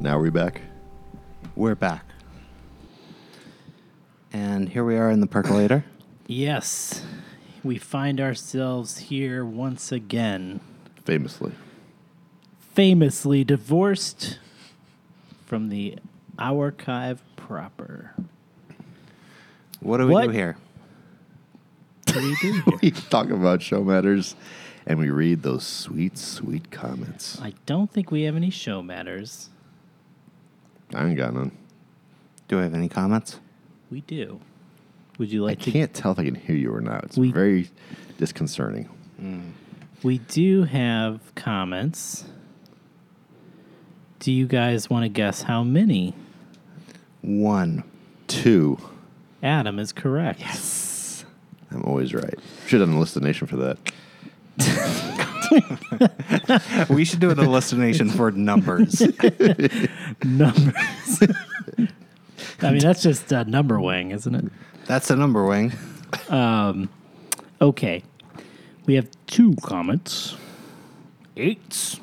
Now are we back? We're back. And here we are in the percolator. Yes, we find ourselves here once again. Famously. Famously divorced from the archive proper. What do we What? do here? What do we do here? we talk about show matters and we read those sweet, sweet comments. I don't think we have any show matters. I ain't got none. Do I have any comments? We do. Would you I like to? can't tell if I can hear you or not. It's We- very disconcerting. Hmm. We do have comments. Do you guys want to guess how many? One. Two. Adam is correct. I'm always right. Should have done a list of the nation for that. we should do an hallucination for numbers. Numbers. I mean, that's just uh, number wing, isn't it? That's a number wing. Okay. We have two comments. Eights.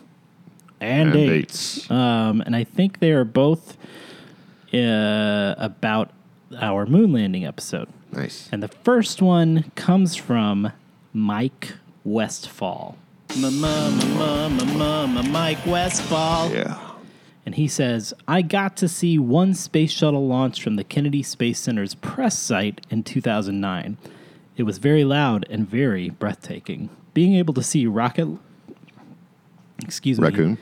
And, And eights. Um, and I think they are both uh, about our moon landing episode. Nice. And the first one comes from Mike Westfall. Mike Westfall. Yeah. And he says, I got to see one space shuttle launch from the Kennedy Space Center's press site in 2009. It was very loud and very breathtaking. Being able to see rocket. Excuse me. Raccoon.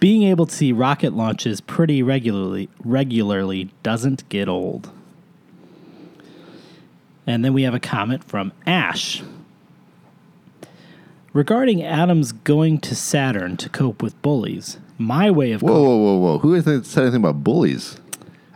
Being able to see rocket launches pretty regularly regularly doesn't get old. And then we have a comment from Ash. Regarding Adam's going to Saturn to cope with bullies, my way of Whoa, whoa, whoa, whoa. Who has said anything about bullies?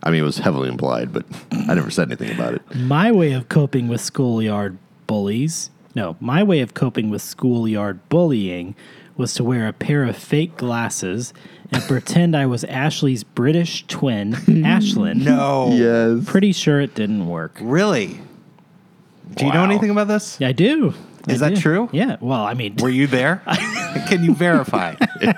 I mean, it was heavily implied, but I never said anything about it. My way of coping with schoolyard bullies. No, my way of coping with schoolyard bullying was to wear a pair of fake glasses and pretend I was Ashley's British twin, Ashlyn. No. Yes. Pretty sure it didn't work. Oh. Really? Do you know Wow. anything about this? Yeah, I do. I Is that do. true? Yeah. Well, I mean, Were you there? Can you verify?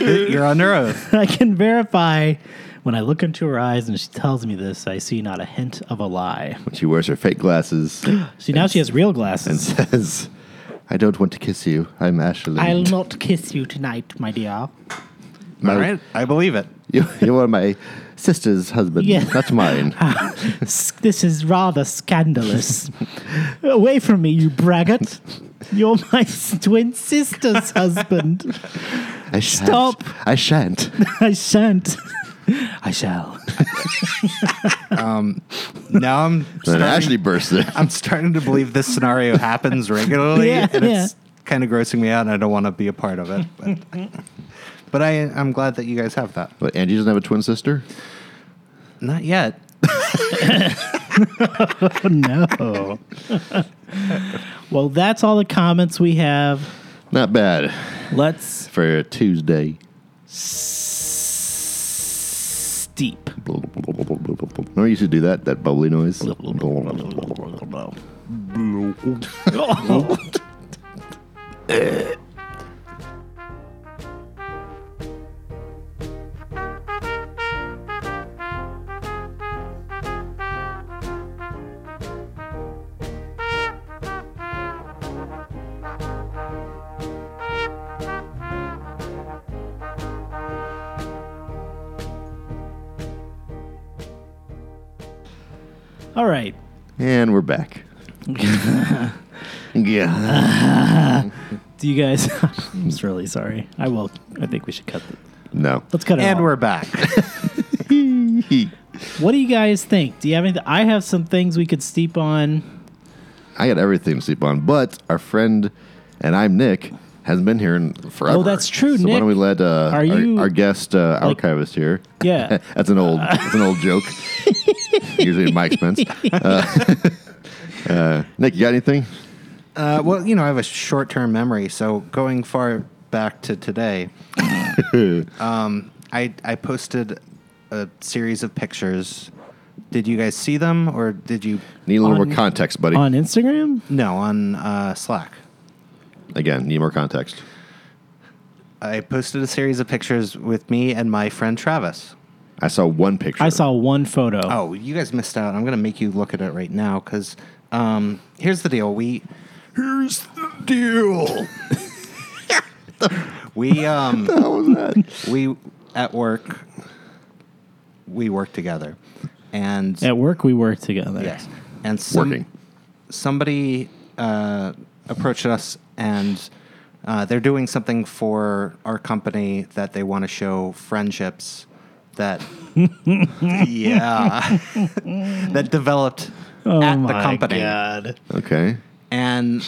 You're under oath. I can verify when I look into her eyes and she tells me this, I see not a hint of a lie. She wears her fake glasses See, now she has real and glasses. says, I don't want to kiss you. I'm Ashley. I'll not kiss you tonight, my dear. My- All right. I believe it. You, you are my sister's husband. Yeah. Ah, That's mine. S- this is rather scandalous. Away from me, you braggart. You're my s- twin sister's husband. I shan't. Stop. I shan't. I shan't. I shall. Now I'm Then starting, Ashley bursts in. I'm starting to believe this scenario happens regularly, Yeah, and it's kind of grossing me out, and I don't want to be a part of it. But, but I, I'm glad that you guys have that. But Angie doesn't have a twin sister? Not yet. No. well, that's all the comments we have. Not bad Let's for a Tuesday. steep. Remember you used to do that, that bubbly noise? All right. And we're back. yeah. Do you guys? I'm just really sorry. I will. I think we should cut. The, No. let's cut it. And all. we're back. I What do you guys think? Do you have any? I have some things we could steep on. got everything to sleep on, but our friend and I'm Nick hasn't been here in forever. Oh, that's true, So why don't we Nick. let uh, Are our, you, our guest uh, like- archivist here? Yeah. that's an old that's an old joke. Usually at my expense. Uh, uh, Nick, you got anything? Uh, well, you know, I have a short-term memory, so going far back to today, um, I I posted a series of pictures. Did you guys see them, or did you? Need a little On- more context, buddy. on Instagram? No, on uh, Slack. Again, need more context. I posted a series of pictures with me and my friend Travis. I saw one picture. I saw one photo. Oh, you guys missed out. I'm going to make you look at it right now because um, here's the deal. We here's the deal. we um we at work we work together, and At work, we work together. yes, and some, working. somebody uh, approached us and uh, they're doing something for our company that they want to show friendships that yeah that developed Oh at the my company God. Okay. and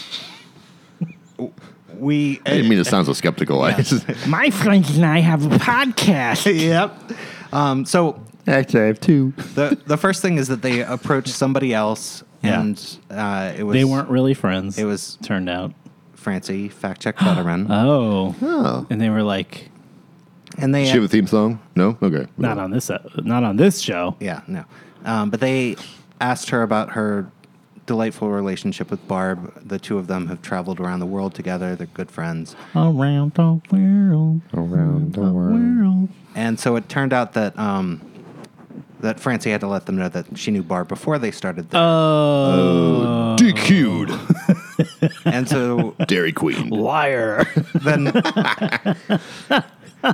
w- we I didn't mean it sounds so skeptical. I just- My friends and I have a podcast. yep um, so Actually, I have two. the the first thing is that they approached somebody else Yeah. and uh, it was They weren't really friends. it was turned out. Francie fact check veteran Oh. Oh. And they were like, and they She have a theme song? No? Okay. not on this, uh, not on this show. Yeah, no. Um, but they asked her about her delightful relationship with Barb. The two of them have traveled around the world together. They're good friends. Around the world, Around the world. And so it turned out that um, that Francie had to let them know that she knew Barb before they started there. Oh, DQ'd. and so Dairy Queen. liar! then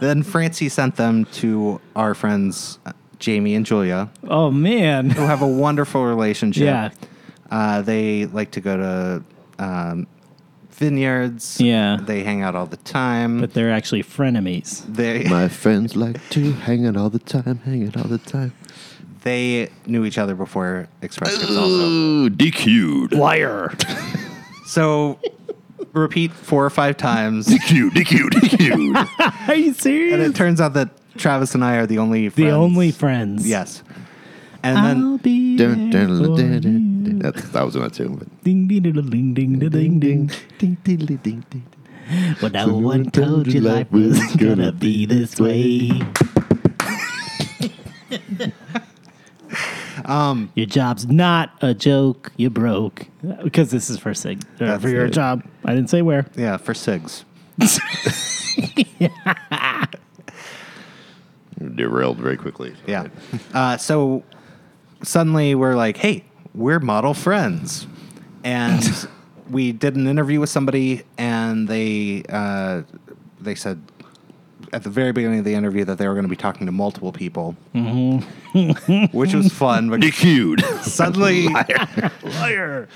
then Francie sent them to our friends uh, Jamie and Julia, oh man, who have a wonderful relationship. yeah, Uh, they like to go to um, vineyards. Yeah. They hang out all the time. but they're actually frenemies. they My friends like to hang it all the time, hang it all the time. they knew each other before Express Scripts also. Ooh, DQ'd. Liar! So repeat four or five times. DQ'd, DQ'd, DQ'd. Are you And serious? it turns out that Travis and I are the only the friends. only friends. Oh. Yes. And I'll then be Dun, there dun, dun, for dun, you. dun, dun. That's- That was in that too. But. Ding ding ding ding ding ding ding ding. ding, ding, ding, ding, ding. Well, no So no one told you life was gonna be this way. um, your job's not a joke. You broke because this is for sig or That's for your it. job. I didn't say where. yeah, for SIGs. Derailed very quickly. Yeah. Uh, so suddenly we're like, hey, we're model friends. And we did an interview with somebody, and they uh, they said at the very beginning of the interview that they were going to be talking to multiple people, Mm-hmm. which was fun. But DQ'd. suddenly, Liar.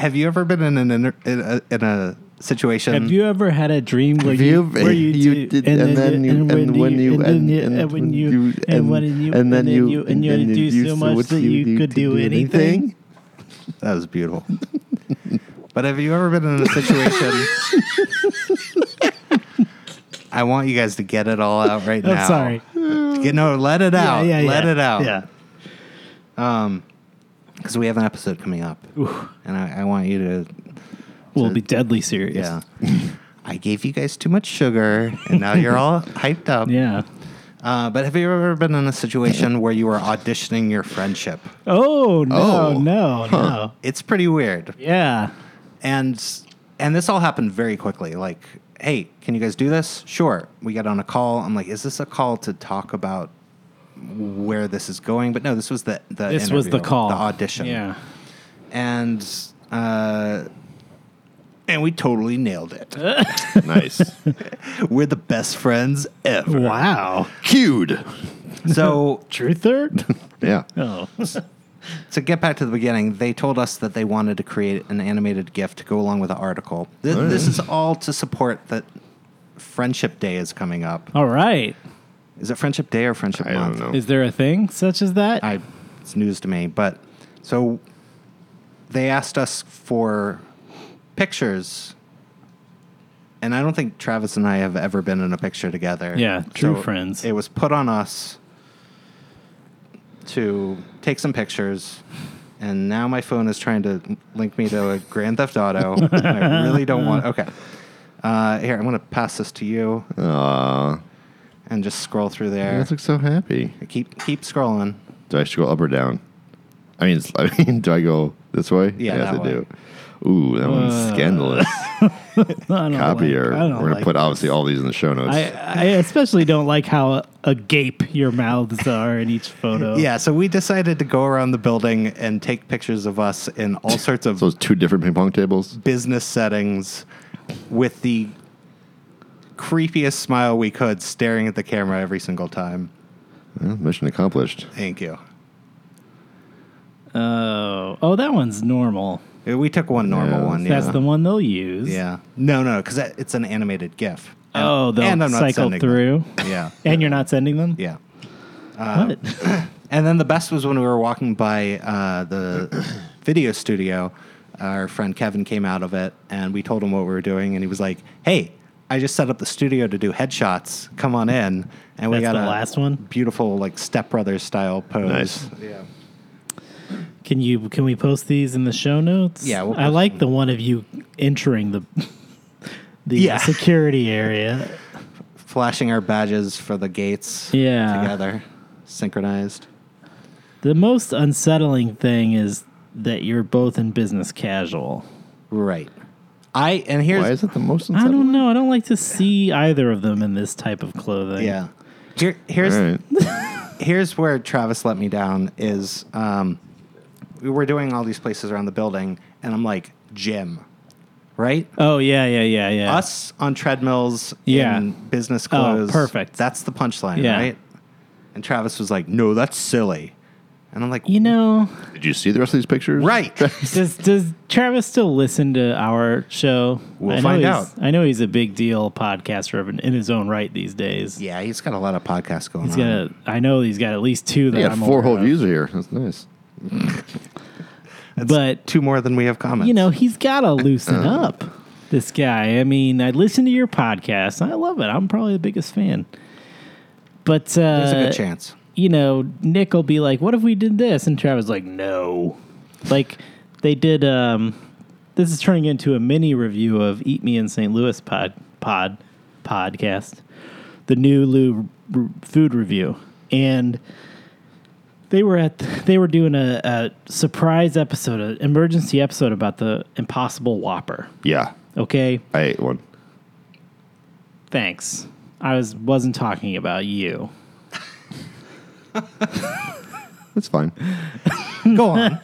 have you ever been in an inter- in a, in a situation? Have you ever had a dream where Have Um, you, you- where you, you do- did- and, and then then you you- and when you and then you and when you and when you and then you and you then do you so much that you could do anything. That was beautiful. but have you ever been in a situation? I want you guys to get it all out right now. I'm Oh, sorry. Get, no, let it out. Yeah, yeah, let yeah. it out. Yeah. Because we have an episode coming up. And I, I want you to, We'll be deadly serious. yeah. I gave you guys too much sugar, and now you're all hyped up. Yeah. Uh, but have you ever been in a situation where you were auditioning your friendship? Oh no, Oh. no, no. It's pretty weird. Yeah. and and this all happened very quickly like hey can you guys do this sure we get on a call i'm like is this a call to talk about where this is going but no this was the, the This was the interview, call. the audition Yeah. and uh and we totally nailed it Uh. Nice. we're the best friends ever Wow. Cued. so Truther? Yeah. Oh. to get back to the beginning they told us that they wanted to create an animated gift to go along with the article Th- Alright. this is all to support that friendship day is coming up All right. Is it Friendship Day or Friendship I Month? don't know. Is there a thing such as that? I it's news to me, but so they asked us for pictures, and I don't think Travis and I have ever been in a picture together. Yeah, true friends. It was put on us to take some pictures. And now my phone is trying to link me to a Grand Theft Auto. and I really don't want. Okay, uh, here I'm going to pass this to you Aw. and just scroll through You there. guys look so happy. Keep keep scrolling. Do I scroll up or down? I mean, it's- I mean, do I go this way? Yeah, yes, that I way. do. Ooh, that one's scandalous. Uh, I don't Copier. like- I We're don't gonna like put this. obviously all these in the show notes. I, I especially don't like how agape your mouths are in each photo. Yeah, so we decided to go around the building and take pictures of us in all sorts of so it's two different ping pong tables. business settings with the creepiest smile we could, staring at the camera every single time. Well, mission accomplished. Thank you. Oh, oh, that one's normal. Yeah, Uh, We took one normal Yeah, one. That's yeah. the one they'll use. Yeah. No, no, because it's an animated GIF. And- Oh, they'll and I'm not cycle sending them. through. Yeah. And you're not sending them? Yeah. Um, What? And then the best was when we were walking by uh, the video studio. Our friend Kevin came out of it, and we told him what we were doing, and he was like, "Hey, I just set up the studio to do headshots. Come on in." And we That's got the a last one? beautiful like stepbrothers style pose. Nice. Yeah. Can you can we post these in the show notes? Yeah, we'll I post like the one of you entering the the uh, Yeah. security area. Flashing our badges for the gates. Yeah. Together, synchronized. The most unsettling thing is that you're both in business casual. Right. I and here's Why is it the most? I unsettling? don't know. I don't like to see either of them in this type of clothing. yeah. Here, here's All right. here's where Travis let me down is um, we were doing all these places around the building, and I'm like, gym, right? Oh yeah, yeah, yeah, yeah. Us on treadmills Yeah. Oh, in business clothes. perfect. That's the punchline, Yeah. right? And Travis was like, no, that's silly. And I'm like, You know, Did you see the rest of these pictures? right. does does Travis still listen to our show? We'll I know find he's- out. I know he's a big deal podcaster in- in his own right these days. yeah, he's got a lot of podcasts going He's on. gonna. I know he's got at least two that Yeah, I'm four aware whole of. views are here. That's nice. But Two more than we have comments. you know, he's got to loosen up. This guy. I mean, I listen to your podcast. I love it. I'm probably the biggest fan. But uh, there's a good chance. you know, Nick will be like, "What if we did this?" And Travis like, "No." Like they did. Um, this is turning into a mini review of Eat Me in St. Louis pod pod podcast, the new Lou r- food review, and they were at they were doing a, a surprise episode, an emergency episode about the Impossible Whopper. Yeah, Okay, I ate one. thanks. I was wasn't talking about you. That's fine. Go on.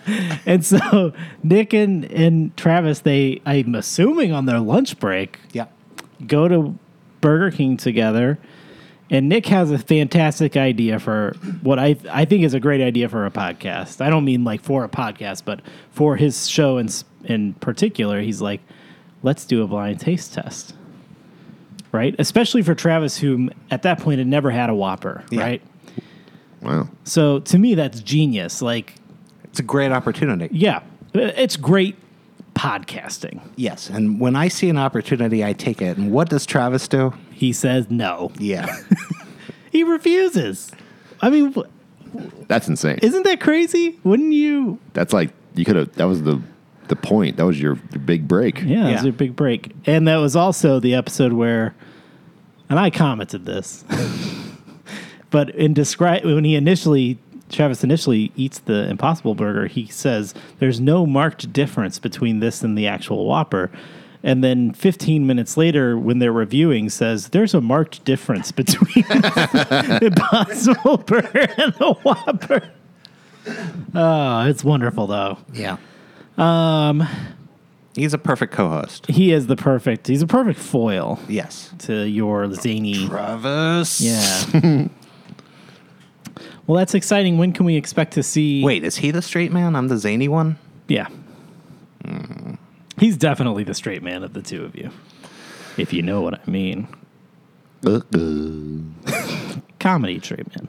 And so Nick and, and Travis, they I'm assuming on their lunch break, yeah. go to Burger King together. And Nick has a fantastic idea for what I I think is a great idea for a podcast. I don't mean like for a podcast, but for his show in s- in particular, he's like, let's do a blind taste test, right? Especially for Travis, who at that point had never had a Whopper, Yeah. right? Wow. So to me, that's genius. Like, It's a great opportunity. yeah, it's great podcasting. Yes. And when I see an opportunity, I take it. And what does Travis do? He says no. Yeah. He refuses. I mean, wh- That's insane. isn't that crazy? Wouldn't you? That's like you could have. That was the the point. That was your, your big break. Yeah, it was Yeah. a big break. And that was also the episode where, and I commented this, but in describe when he initially. Travis initially eats the Impossible Burger. He says there's no marked difference between this and the actual Whopper. And then 15 minutes later, when they're reviewing, says there's a marked difference between the Impossible Burger and the Whopper. Oh, it's wonderful, though. Yeah. Um, Um, he's a perfect co-host. He is the perfect, he's a perfect foil. Yes. to your zany. Travis. Yeah. well, that's exciting. When can we expect to see? Wait, is he the straight man? I'm the zany one. Yeah. He's definitely the straight man of the two of you, if you know what I mean. Uh-uh. Comedy straight man.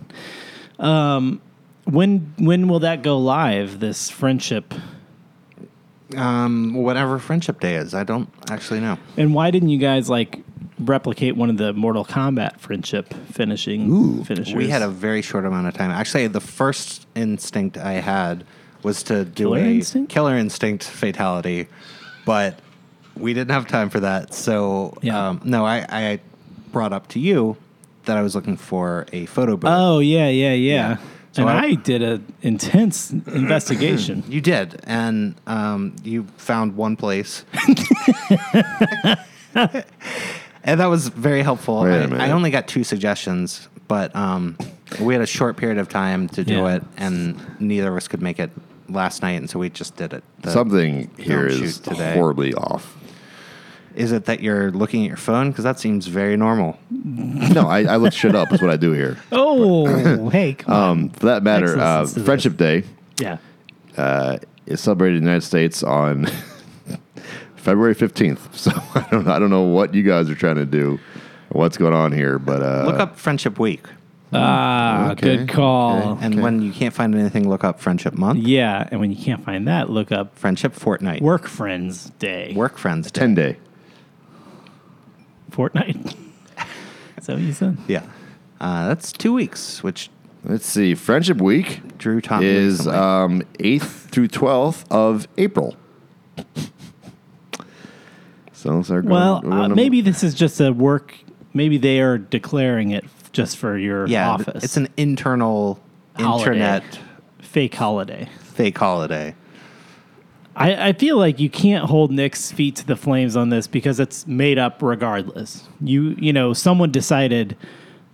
Um, when when will that go live? This friendship. Um, whatever friendship day is, I don't actually know. And why didn't you guys like replicate one of the Mortal Kombat friendship finishing Ooh. finishers? We had a very short amount of time. Actually, the first instinct I had was to do Killer a instinct? killer instinct fatality, but we didn't have time for that. So, Yeah. um, no, I, I brought up to you that I was looking for a photo booth. Oh yeah, yeah, yeah. and I- I, did an intense investigation. You did, and um, you found one place. and that was very helpful. Wait a I, minute. I only got two suggestions, but um, we had a short period of time to do Yeah. it, and neither of us could make it last night, and so we just did it. The- Something here Don't is shoot today. horribly off. Is it that you're looking at your phone? Because that seems very normal. No, I, I look shit up. Is what I do here. Oh, hey, come on. Um, for that matter, Makes uh, sense to Friendship Day yeah. uh, is celebrated in the United States on February fifteenth. So I don't, I don't know what you guys are trying to do, what's going on here, but uh, Look up Friendship Week, Ah, Okay, good call. and when you can't find anything, look up Friendship Month, Yeah, and when you can't find that, look up Friendship Fortnight, Work, Work Friends Day. Friends Day. ten day. Fortnite. Is that what you said? Yeah, uh, that's two weeks, which Let's see. Friendship Week Drew taught me is recently. um, 8th through 12th of April. So it's our Well, we're uh, gonna- maybe this is just a work. Maybe they are declaring it f- just for your yeah, th- office. It's an internal Holiday. internet fake holiday. fake holiday. I, I feel like you can't hold Nick's feet to the flames on this because it's made up regardless. You you know someone decided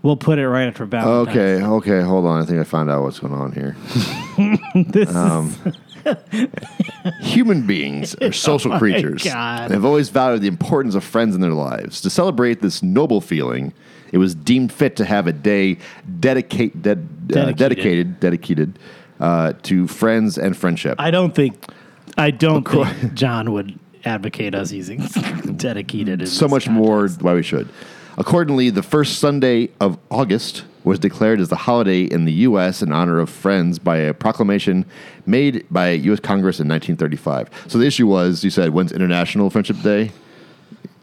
we'll put it right after Valentine's. Okay, okay, hold on. I think I found out what's going on here. Um, This is- Human beings are social creatures. God. They've always valued the importance of friends in their lives. To celebrate this noble feeling, it was deemed fit to have a day dedicate, ded, Dedicated. dedicated. Uh, dedicated, dedicated uh, to friends and friendship. I don't think I don't think John would advocate us using dedicated. in so this much context. more why we should. Accordingly, the first Sunday of August was declared as the holiday in the U.S. in honor of Friends by a proclamation made by U.S. Congress in 1935. So the issue was, you said, when's International Friendship Day?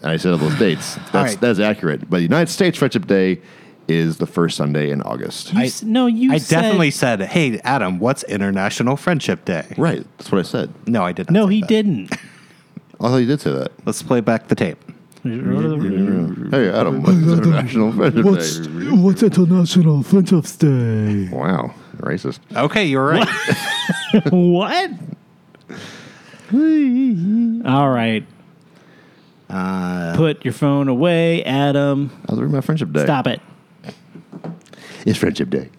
And I said all those dates. That's, right. that's accurate. But the United States Friendship Day is the first Sunday in August. You s- no, you I said- definitely said, "Hey, Adam, what's International Friendship Day?" right. That's what I said. No, I didn't. no. say He that. didn't. Although you did say that. Let's play back the tape. Hey, Adam, when's International Friendship What's Day? what's International Friendship Day? Wow. Racist. Okay, you're right. what? All right. Uh, Put your phone away, Adam. I was reading my Friendship Day. Stop it. It's Friendship Day.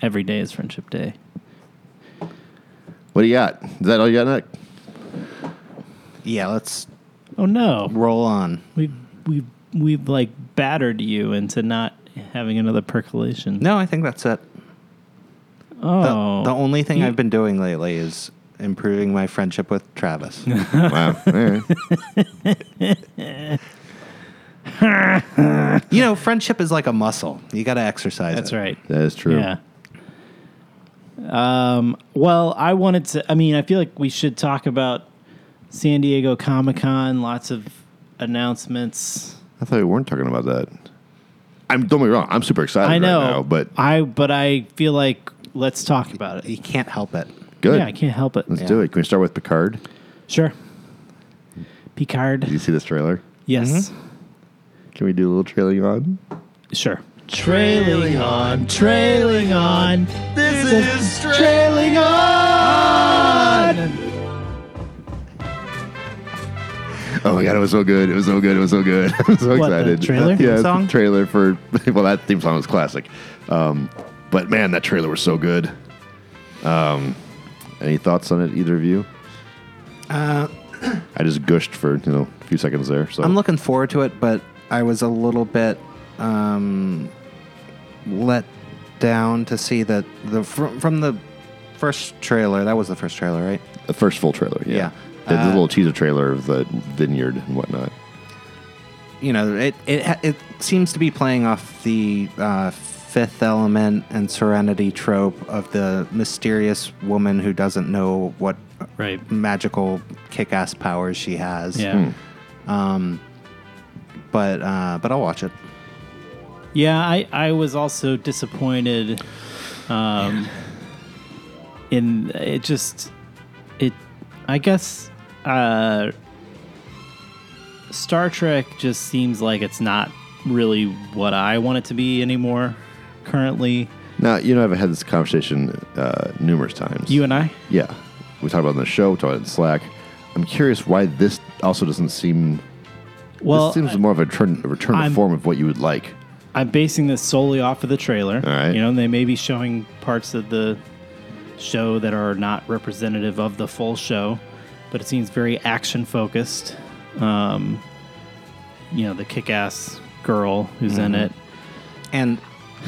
Every day is Friendship Day. What do you got? Is that all you got, Nick? yeah, let's Oh no, roll on. we've we've we've like battered you into not having another percolation. No, I think that's it. The, oh, the only thing You- I've been doing lately is improving my friendship with Travis. Wow. All right. you know, friendship is like a muscle. You got to exercise. that's it. right. That is true. Yeah. Um. Well, I wanted to. I mean, I feel like we should talk about San Diego Comic Con. Lots of announcements. I thought we weren't talking about that. I'm don't get me wrong, I'm super excited I know, right now, but I but I feel like let's talk about it. You can't help it. good. Yeah, I can't help it. Let's Yeah. do it. Can we start with Picard? Sure. Did Picard. Mm-hmm. you see this trailer? Yes. Can we do a little trailing on? Sure. Trailing on, trailing on. This is trailing on. Oh my god, it was so good. It was so good. It was so good. I'm so What, the excited. trailer? Yeah, it's Song? the trailer for well that theme song was classic. Um, but man, that trailer was so good. Um, any thoughts on it, either of you? Uh I just gushed for, you know, a few seconds there. So I'm looking forward to it, but I was a little bit um, let down to see that the from, from the first trailer. That was the first trailer, right? The first full trailer, yeah. Yeah. The, the Uh, little teaser trailer of the vineyard and whatnot. You know, it it ha- it seems to be playing off the uh, Fifth Element and Serenity trope of the mysterious woman who doesn't know what Right. magical kick-ass powers she has. Yeah. But uh, but I'll watch it. Yeah, I, I was also disappointed um, in it just it I guess uh, Star Trek just seems like it's not really what I want it to be anymore currently. Now, you know, I've had this conversation uh, numerous times. You and I? Yeah. We talked about it on the show, we talked about it in Slack. I'm curious why this also doesn't seem. Well, this seems more of a return, a return to I'm- form of what you would like. I'm basing this solely off of the trailer. All right. You know, and they may be showing parts of the show that are not representative of the full show, but it seems very action focused. Um, you know, the kick ass girl who's in Mm-hmm. it. and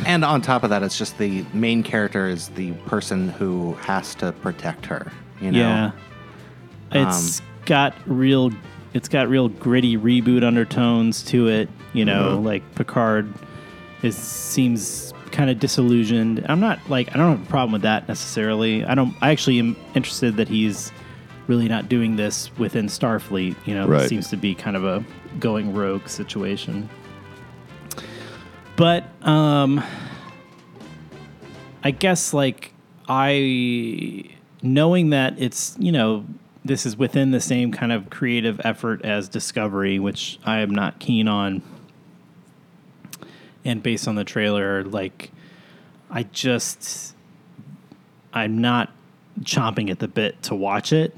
and on top of that, it's just the main character is the person who has to protect her. You know, Yeah. It's Um, got real it's got real gritty reboot undertones to it, you know, Mm-hmm. like Picard is seems kind of disillusioned. I'm not like I don't have a problem with that necessarily. I don't I actually am interested that he's really not doing this within Starfleet, you know. Right. It seems to be kind of a going rogue situation. But um I guess like I knowing that it's you know this is within the same kind of creative effort as Discovery, which I am not keen on. And based on the trailer, like I just I'm not chomping at the bit to watch it.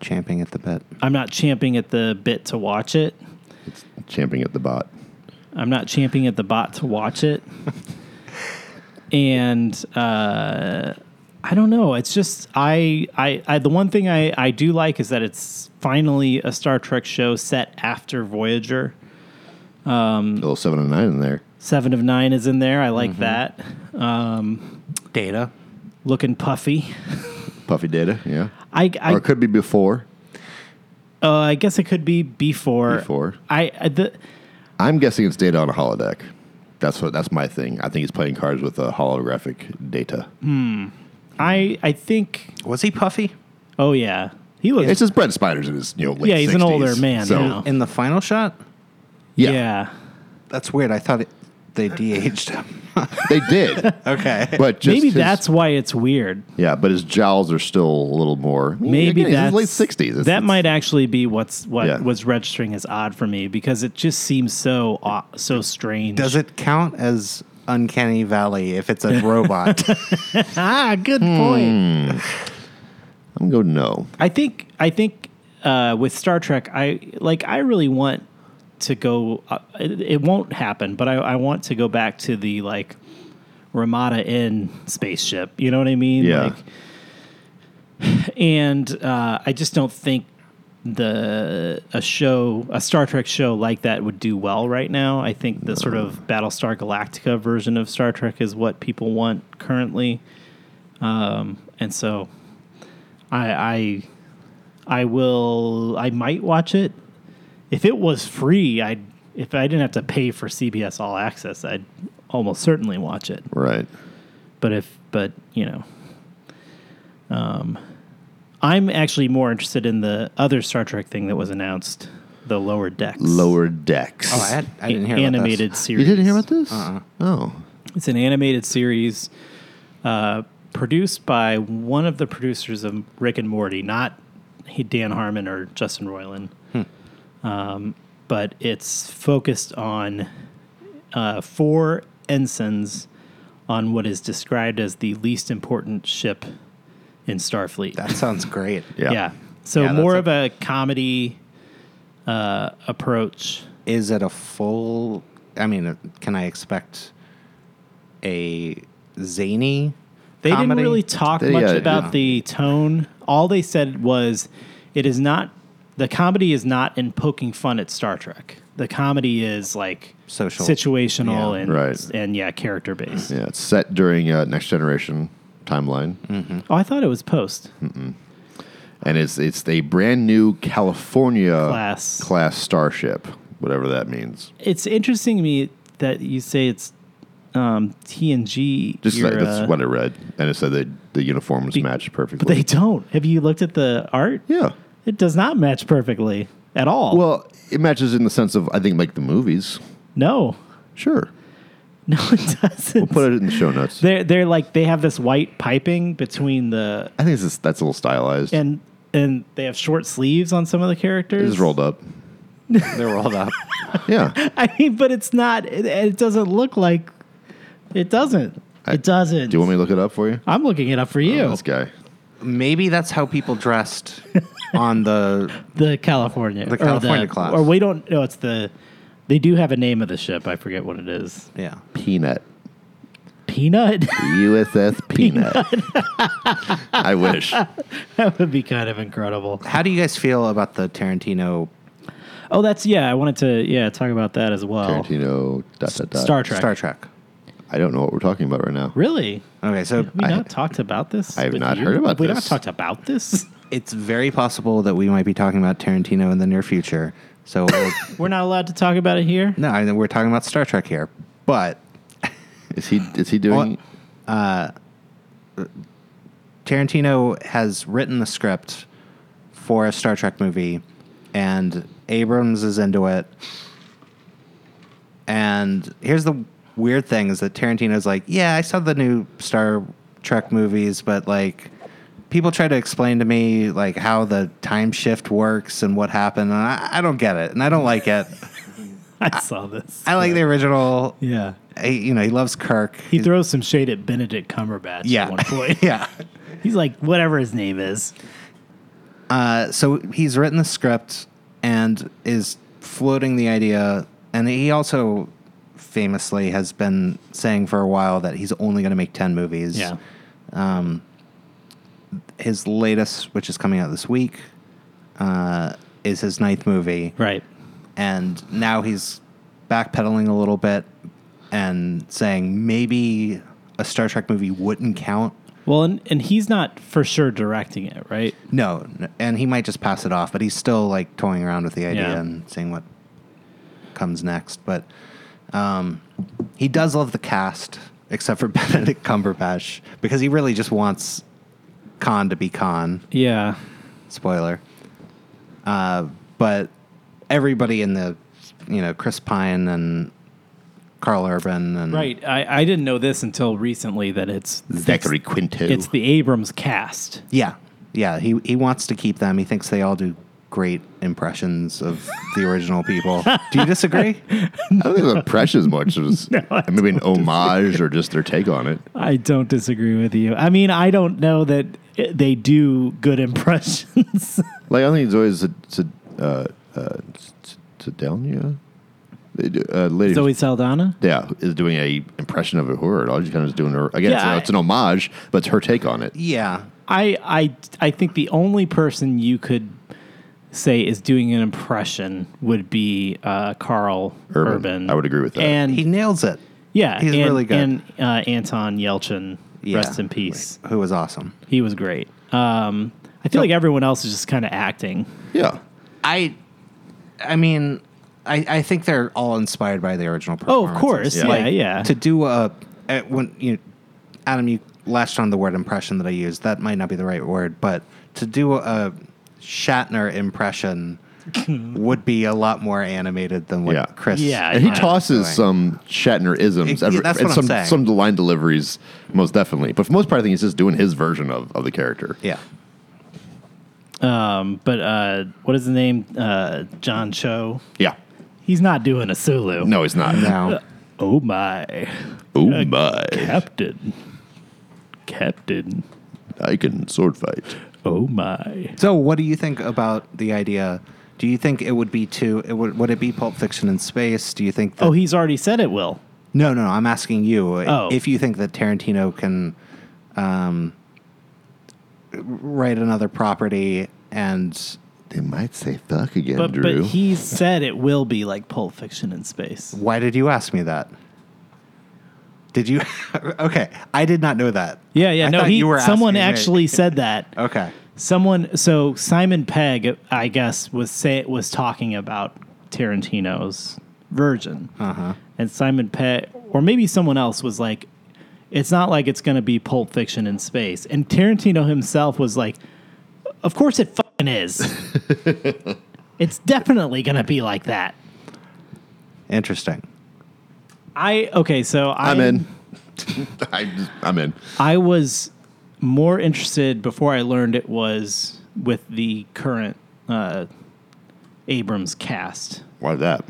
champing at the bit. I'm not champing at the bit to watch it. Champing at the bot. I'm not champing at the bot to watch it. and uh, I don't know. It's just I, I I the one thing I I do like is that it's finally a Star Trek show set after Voyager. Mm. A little seven and nine in there. Seven of Nine is in there. I like that. Um, Data. looking puffy. Puffy data, yeah. I I, or it could be before. uh, I guess it could be before. Before. I, I the I'm guessing it's data on a holodeck. That's what. That's my thing. I think he's playing cards with uh, holographic data. I I think. Was he puffy Oh yeah, he looks. It's just Brent Spiders in his you know late Yeah, he's an 60s, older man So now. in the final shot? yeah, yeah. That's weird. I thought it, they de-aged him. they did. okay. But just Maybe his- that's why it's weird. yeah. But his jowls are still a little more. Maybe again, he's in his that's late sixties. That might actually be what's what Yeah. was registering as odd for me because it just seems so au- so strange. Does it count as uncanny valley if it's a robot? Ah, good Hmm. point. I'm going no. I think I think uh, with Star Trek, I like I really want to go. Uh, it, it won't happen, but I, I want to go back to the like Ramada Inn spaceship. You know what I mean? Yeah. Like, and uh, I just don't think the a show a Star Trek show like that would do well right now. I think the sort of Battlestar Galactica version of Star Trek is what people want currently, um, and so I I I will I might watch it if it was free. I'd if I didn't have to pay for CBS All Access, I'd almost certainly watch it Right. but if but you know um i'm actually more interested in the other star trek thing that was announced the lower decks Lower decks. oh, I, had, Uh-uh. I didn't hear animated About you series didn't hear about this? Oh, it's an animated series uh produced by one of the producers of rick and morty not he- dan harmon or justin roiland Hmm. um but it's focused on uh, four ensigns on what is described as the least important ship in Starfleet. this. That sounds great. yeah. Yeah. So Yeah, that's more a- of a comedy uh, approach. Is it a full? I mean, uh, can I expect a zany? They comedy? didn't really talk They- much yeah, about yeah. the tone. All they said was, "It is not the comedy is not in poking fun at Star Trek. The comedy is like Social. situational, Yeah. and Right. and yeah, character based." Yeah. It's set during uh, Next Generation timeline. Mm. Oh, I thought it was post. Hmm. and it's it's a brand new California Class. class starship, whatever that means. It's interesting to me that you say it's um, TNG. Just like, era, that's what I read, and it said that the uniforms matched uh, but perfectly. they don't. Have you looked at the art? yeah, It does not match perfectly at all. well, it matches in the sense of I think like the movies. no, Sure, no, it doesn't. put it in the show notes. they're they're like they have this white piping between the I think it's just, that's a little stylized. and and they have short sleeves on some of the characters. it's rolled up. They're rolled up. Yeah. I mean, but it's not. It, it doesn't look like. It doesn't. it doesn't. Do you want me Oh, to look it up for you? I'm looking it up for you. This guy. Maybe that's how people dressed on the. the California. The or California class. Or we don't. No, it's the. They do have a name of the ship. I forget what it is. Yeah. Peanut. Peanut. USS Peanut. I wish. Oh. that would be kind of incredible. How do you guys feel about the Tarantino Oh, that's yeah. I wanted to yeah talk about that as well. Tarantino. Dot, dot, dot. Star Trek. Star Trek? I don't know what we're talking about right now. Really? Okay, so We not talked about this. Uh, I have with not heard about we this. not talked about this. it's very possible that we might be talking about Tarantino in the near future. So we'll, We're not allowed to talk about it here. no, I, we're talking about Star Trek here, but Is he? Is he doing? Well, Tarantino has written the script for a Star Trek movie, and Abrams is into it. And here's the weird thing is that Tarantino's like, yeah, I saw the new Star Trek movies, but like people try to explain to me like how the time shift works and what happened, and I, I don't get it, and I don't like it. I saw this. I like the original. yeah. I- you know, he loves Kirk. He throws some shade at Benedict Cumberbatch yeah, at one point. yeah. He's like, whatever his name is. Uh, so he's written the script and is floating the idea. And he also famously has been saying for a while that he's only going to make 10 movies. Um, Yeah. His latest, which is coming out this week, uh, is his ninth movie. Right. And now he's backpedaling a little bit and saying maybe a Star Trek movie wouldn't count. Well, and, and he's not for sure directing it, right? No, n- and he might just pass it off, but he's still like toying around with the idea Yeah. and seeing what comes next. But um, he does love the cast, except for Benedict Cumberbatch, because he really just wants Khan to be Khan. Yeah. Spoiler. Uh, but everybody in the, you know, Chris Pine and Carl Urban and Right. I, I didn't know this until recently that it's Zachary Quinto. It's the Abrams cast. Yeah, yeah. He he wants to keep them. He thinks they all do great impressions of the original people. Do you disagree? I don't think the impressions much. It was maybe an homage or just their take on it. I don't disagree with you. I mean, I don't know that it- they do good impressions. Like I think it's always a, it's a, uh, uh, S- Sedalia. They do- Uh, lady, Zoe Saldana? yeah, is doing a impression of a horror. All she's kind of doing her again. it's, Yeah, I- it's an homage, but it's her take on it. yeah, I, I, I think the only person you could say is doing an impression would be uh, Carl Urban. Urban. I would agree with that. And he nails it. yeah, he's and, really good. And uh, Anton Yelchin, Yeah. rest in peace. Who was awesome. He was great. Um, I feel like everyone else is just kind of acting. Yeah, I, I mean, I I think they're all inspired by the original. Oh, of course. performances. Yeah, yeah. Like, To do a uh, when you, Adam, you latched on the word impression that I used. That might not be the right word, but to do a Shatner impression would be a lot more animated than what Yeah. Chris. Yeah, and he I- tosses Right. some Shatner isms, Yeah, that's and what I'm some saying. some line deliveries, most definitely. But for most part, I think he's just doing his version of, of the character. Yeah. Um, but uh, what is the name? Uh, John Cho. Yeah. He's not doing a Sulu. No, he's not. Now, Oh my, Oh Uh, my! Captain. Captain. I can sword fight. Oh my. so what do you think about the idea? Do you think it would be too? It would, would it be Pulp Fiction in space? Do you think? That, Oh, he's already said it will. no, no. I'm asking you Oh. if you think that Tarantino can um, write another property and They might say fuck again, But Drew. but he said it will be like Pulp Fiction in space. Why did you ask me that? Did you? okay, I did not know that. Yeah, yeah. I no, thought he. you were someone asking me. actually said that. Okay. Someone. So Simon Pegg, I guess, was say was talking about Tarantino's Virgin. Uh huh. and Simon Pegg, or maybe someone else, was like, "It's not like it's going to be Pulp Fiction in space." And Tarantino himself was like, "Of course it fucking is. it's definitely going to be like that." Interesting. I okay, so I I'm in. I just, I'm in. I was more interested before I learned it was with the current uh, Abrams cast. Why that?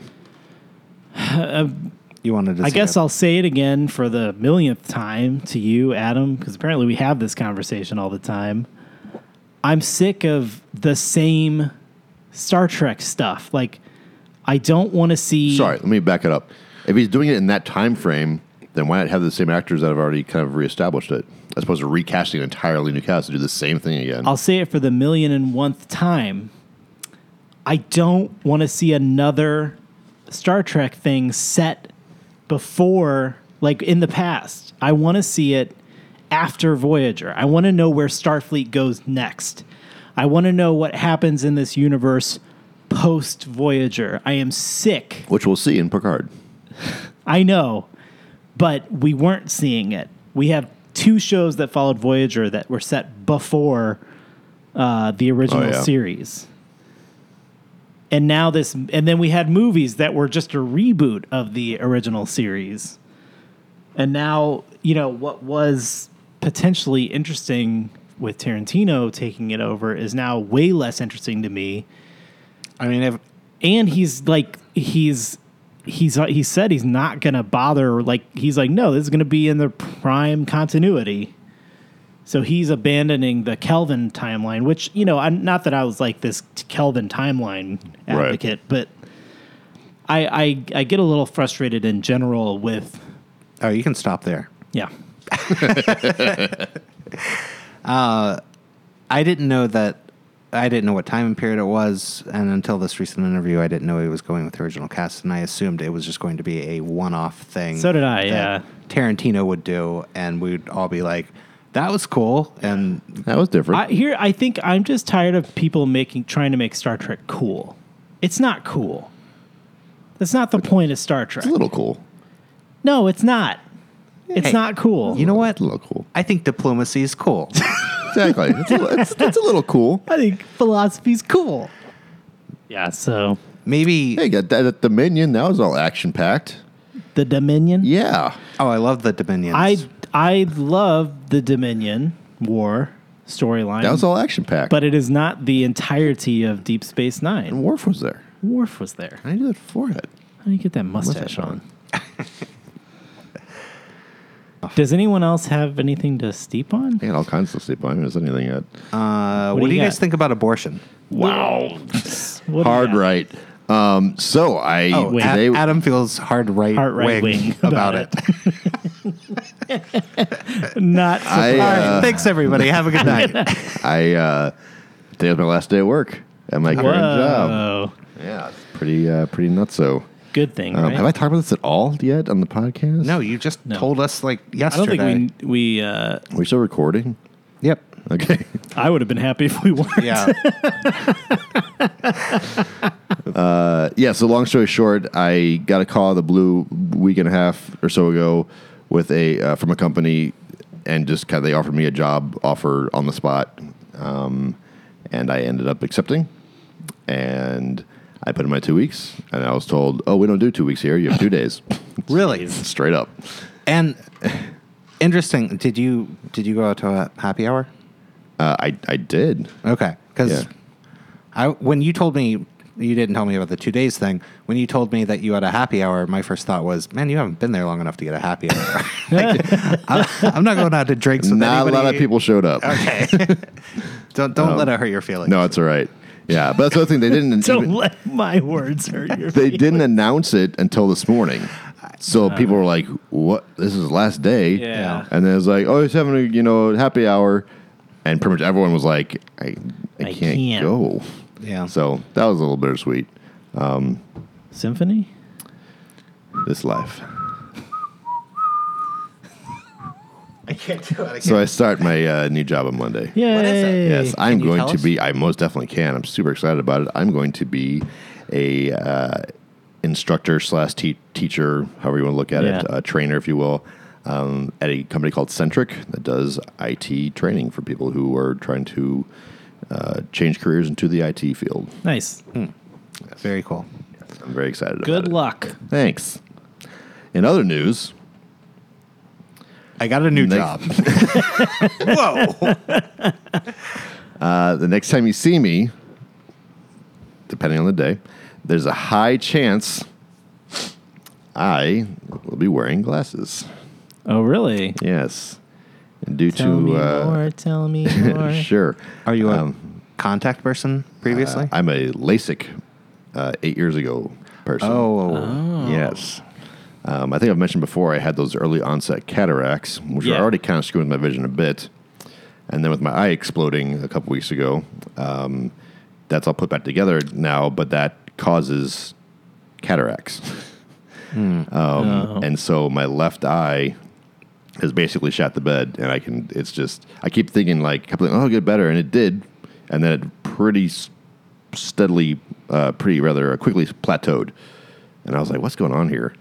You wanted to. I see guess it. I'll say it again for the millionth time to you, Adam, because apparently we have this conversation all the time. I'm sick of the same Star Trek stuff. Like, I don't want to see. Sorry, let me back it up. If he's doing it in that time frame, then why not have the same actors that have already kind of reestablished it, as opposed to recasting an entirely new cast to do the same thing again? I'll say it for the million and one time. I don't want to see another Star Trek thing set before, like in the past. I want to see it after Voyager. I want to know where Starfleet goes next. I want to know what happens in this universe post Voyager. I am sick. Which we'll see in Picard. I know, but we weren't seeing it. We have two shows that followed Voyager that were set before uh, the original yeah. series. And now this, and then we had movies that were just a reboot of the original series. And now, you know, what was potentially interesting with Tarantino taking it over is now way less interesting to me I mean, if and he's like he's he's uh, he said he's not gonna bother like he's like no this is gonna be in the prime continuity so he's abandoning the kelvin timeline which you know i'm not that i was like this kelvin timeline Right. advocate but I, I i get a little frustrated in general with oh, you can stop there. yeah I didn't know that. I didn't know what time period it was, and until this recent interview, I didn't know he was going with the original cast, and I assumed it was just going to be a one-off thing. So did I, that uh, yeah. Tarantino would do, and we'd all be like, "That was cool," and That was different. I, here i think i'm just tired of people making trying to make star trek cool it's not cool that's not the point of star trek it's a little cool. No, it's not. It's Hey, not cool. you know It's a what? little cool. I think diplomacy is cool. Exactly. it's, a, it's, it's a little cool. I think philosophy's cool. Yeah, so Maybe. Hey, got that at Dominion. That was all action packed. the Dominion. Yeah. Oh, I love the Dominions. I I love the Dominion War storyline. That was all action packed. but it is not the entirety of Deep Space Nine. Worf was there. Worf was there. I did that forehead. How do you get that mustache on? Does anyone else have anything to steep on? I got all kinds of sleep on. Is anything yet? uh, what, do do you you got? guys think about abortion? Wow. What do you Hard got? right. Um, so I Oh, wait. A- today- Adam feels hard right, Hard wing, right wing about, about it. Not I, All right, uh, thanks everybody. Have a good night. I uh, today was my last day at work at my current job. Whoa. Yeah, it's pretty uh, pretty nuts. So, Good thing. um, right? have I talked about this at all yet on the podcast? no, you just told us like I don't yesterday. think we we. Uh, we're still recording. Yep. Okay, I would have been happy if we weren't. Yeah. uh, yeah. So, long story short, I got a call out of the blue week and a half or so ago with a uh, from a company, and just kind of they offered me a job offer on the spot, um, and I ended up accepting. And I put in my two weeks, and I was told, "Oh, we don't do two weeks here. You have two days." really. Straight up. And interesting. Did you did you go out to a happy hour? Uh, I I did. Okay, because Yeah. I when you told me you didn't tell me about the two days thing. When you told me that you had a happy hour, my first thought was, "Man, you haven't been there long enough to get a happy hour." Like, I'm, I'm not going out to drinks with Not a lot of anybody. people showed up. Okay. don't don't let it hurt your feelings. No, it's all right. Yeah, but that's the other thing. They didn't Don't even, let my words hurt your they feelings. didn't announce it until this morning. So Uh, people were like, "What? This is the last day." Yeah. And then it's like, "Oh, he's having a you know happy hour," and pretty much everyone was like, "I I I can't, can't. go." Yeah. So that was a little bittersweet. Symphony? This life. I can't do it. I So I start my uh, new job on Monday. Yay. is it? Yes, I'm Can you going tell to us? be. I most definitely can. I'm super excited about it. I'm going to be a uh, instructor slash te- teacher, however you want to look at it, Yeah. a trainer, if you will, um, at a company called Centric that does IT training for people who are trying to uh, change careers into the IT field. Nice. Very cool. I'm very excited. about Good it. luck. Thanks. In other news, I got a new Nice. job. Whoa. uh, the next time you see me, depending on the day, there's a high chance I will be wearing glasses. Oh, really? Yes. And due Tell to. me uh, more. Tell me more. sure. Um, Are you a contact person previously? Uh, I'm a LASIK uh, eight years ago person. oh, Yes. Um, I think I've mentioned before I had those early onset cataracts, which Yeah. were already kind of screwing with my vision a bit. And then with my eye exploding a couple weeks ago, um, that's all put back together now, but that causes cataracts. Um, And so my left eye has basically shot the bed, and I can, it's just, I keep thinking like, kept thinking, oh, it'll get better, and it did. And then it pretty s- steadily, uh, pretty rather quickly plateaued. And I was like, what's going on here?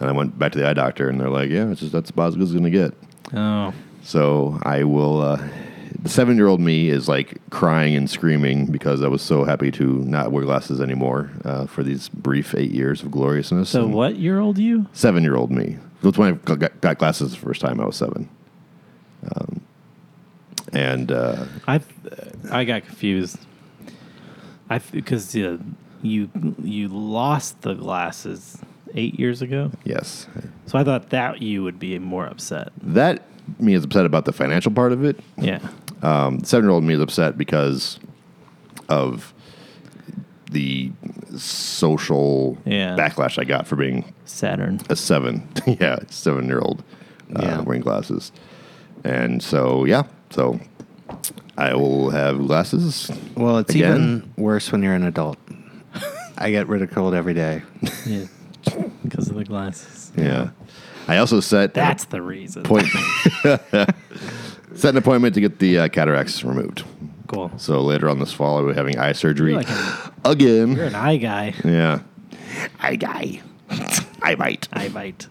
And I went back to the eye doctor, and they're like, yeah, it's just that's about as good as it's going to get. Oh, So I will. Uh, the seven year old me is like crying and screaming because I was so happy to not wear glasses anymore uh, for these brief eight years of gloriousness. so what year old you? Seven year old me. That's when I got- got, got glasses the first time. I was seven. Um, and uh, I I got confused. I because uh, you you lost the glasses eight years ago, yes, so I thought that you would be more upset. that me is upset about the financial part of it. Yeah. um, seven year old me is upset because of the social Yeah. backlash I got for being Saturn. a seven, yeah, seven year old uh, Yeah. wearing glasses. And so, yeah, so I will have glasses. well, it's Again? even worse when you're an adult. I get ridiculed every day. Yeah. because of the glasses. Yeah. I also set That's the reason. point. set an appointment to get the uh, cataracts removed. Cool. So later on this fall, I'll be having eye surgery You're like an- again. You're an eye guy. Yeah. I die. I might. Eye bite.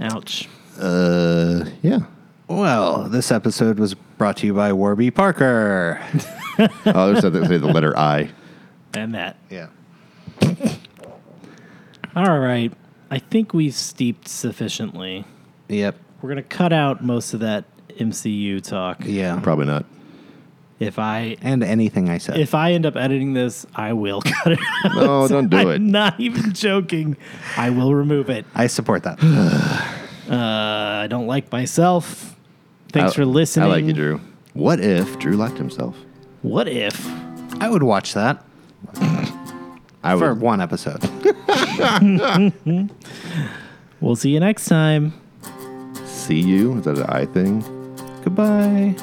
Ouch. Uh, yeah. Well, this episode was brought to you by Warby Parker. Oh, there's something that say the letter I. And that. yeah. All right. I think we've steeped sufficiently. Yep. We're gonna cut out most of that MCU talk. Yeah. Probably not. If I And anything I said. if I end up editing this, I will cut it. Out. No, don't do it. I'm not even joking. I will remove it. I support that. Uh, I don't like myself. Thanks I- for listening. I like you, Drew. What if Drew liked himself? What if? I would watch that I for would. one episode. We'll see you next time. see you. Is that an I thing? Goodbye.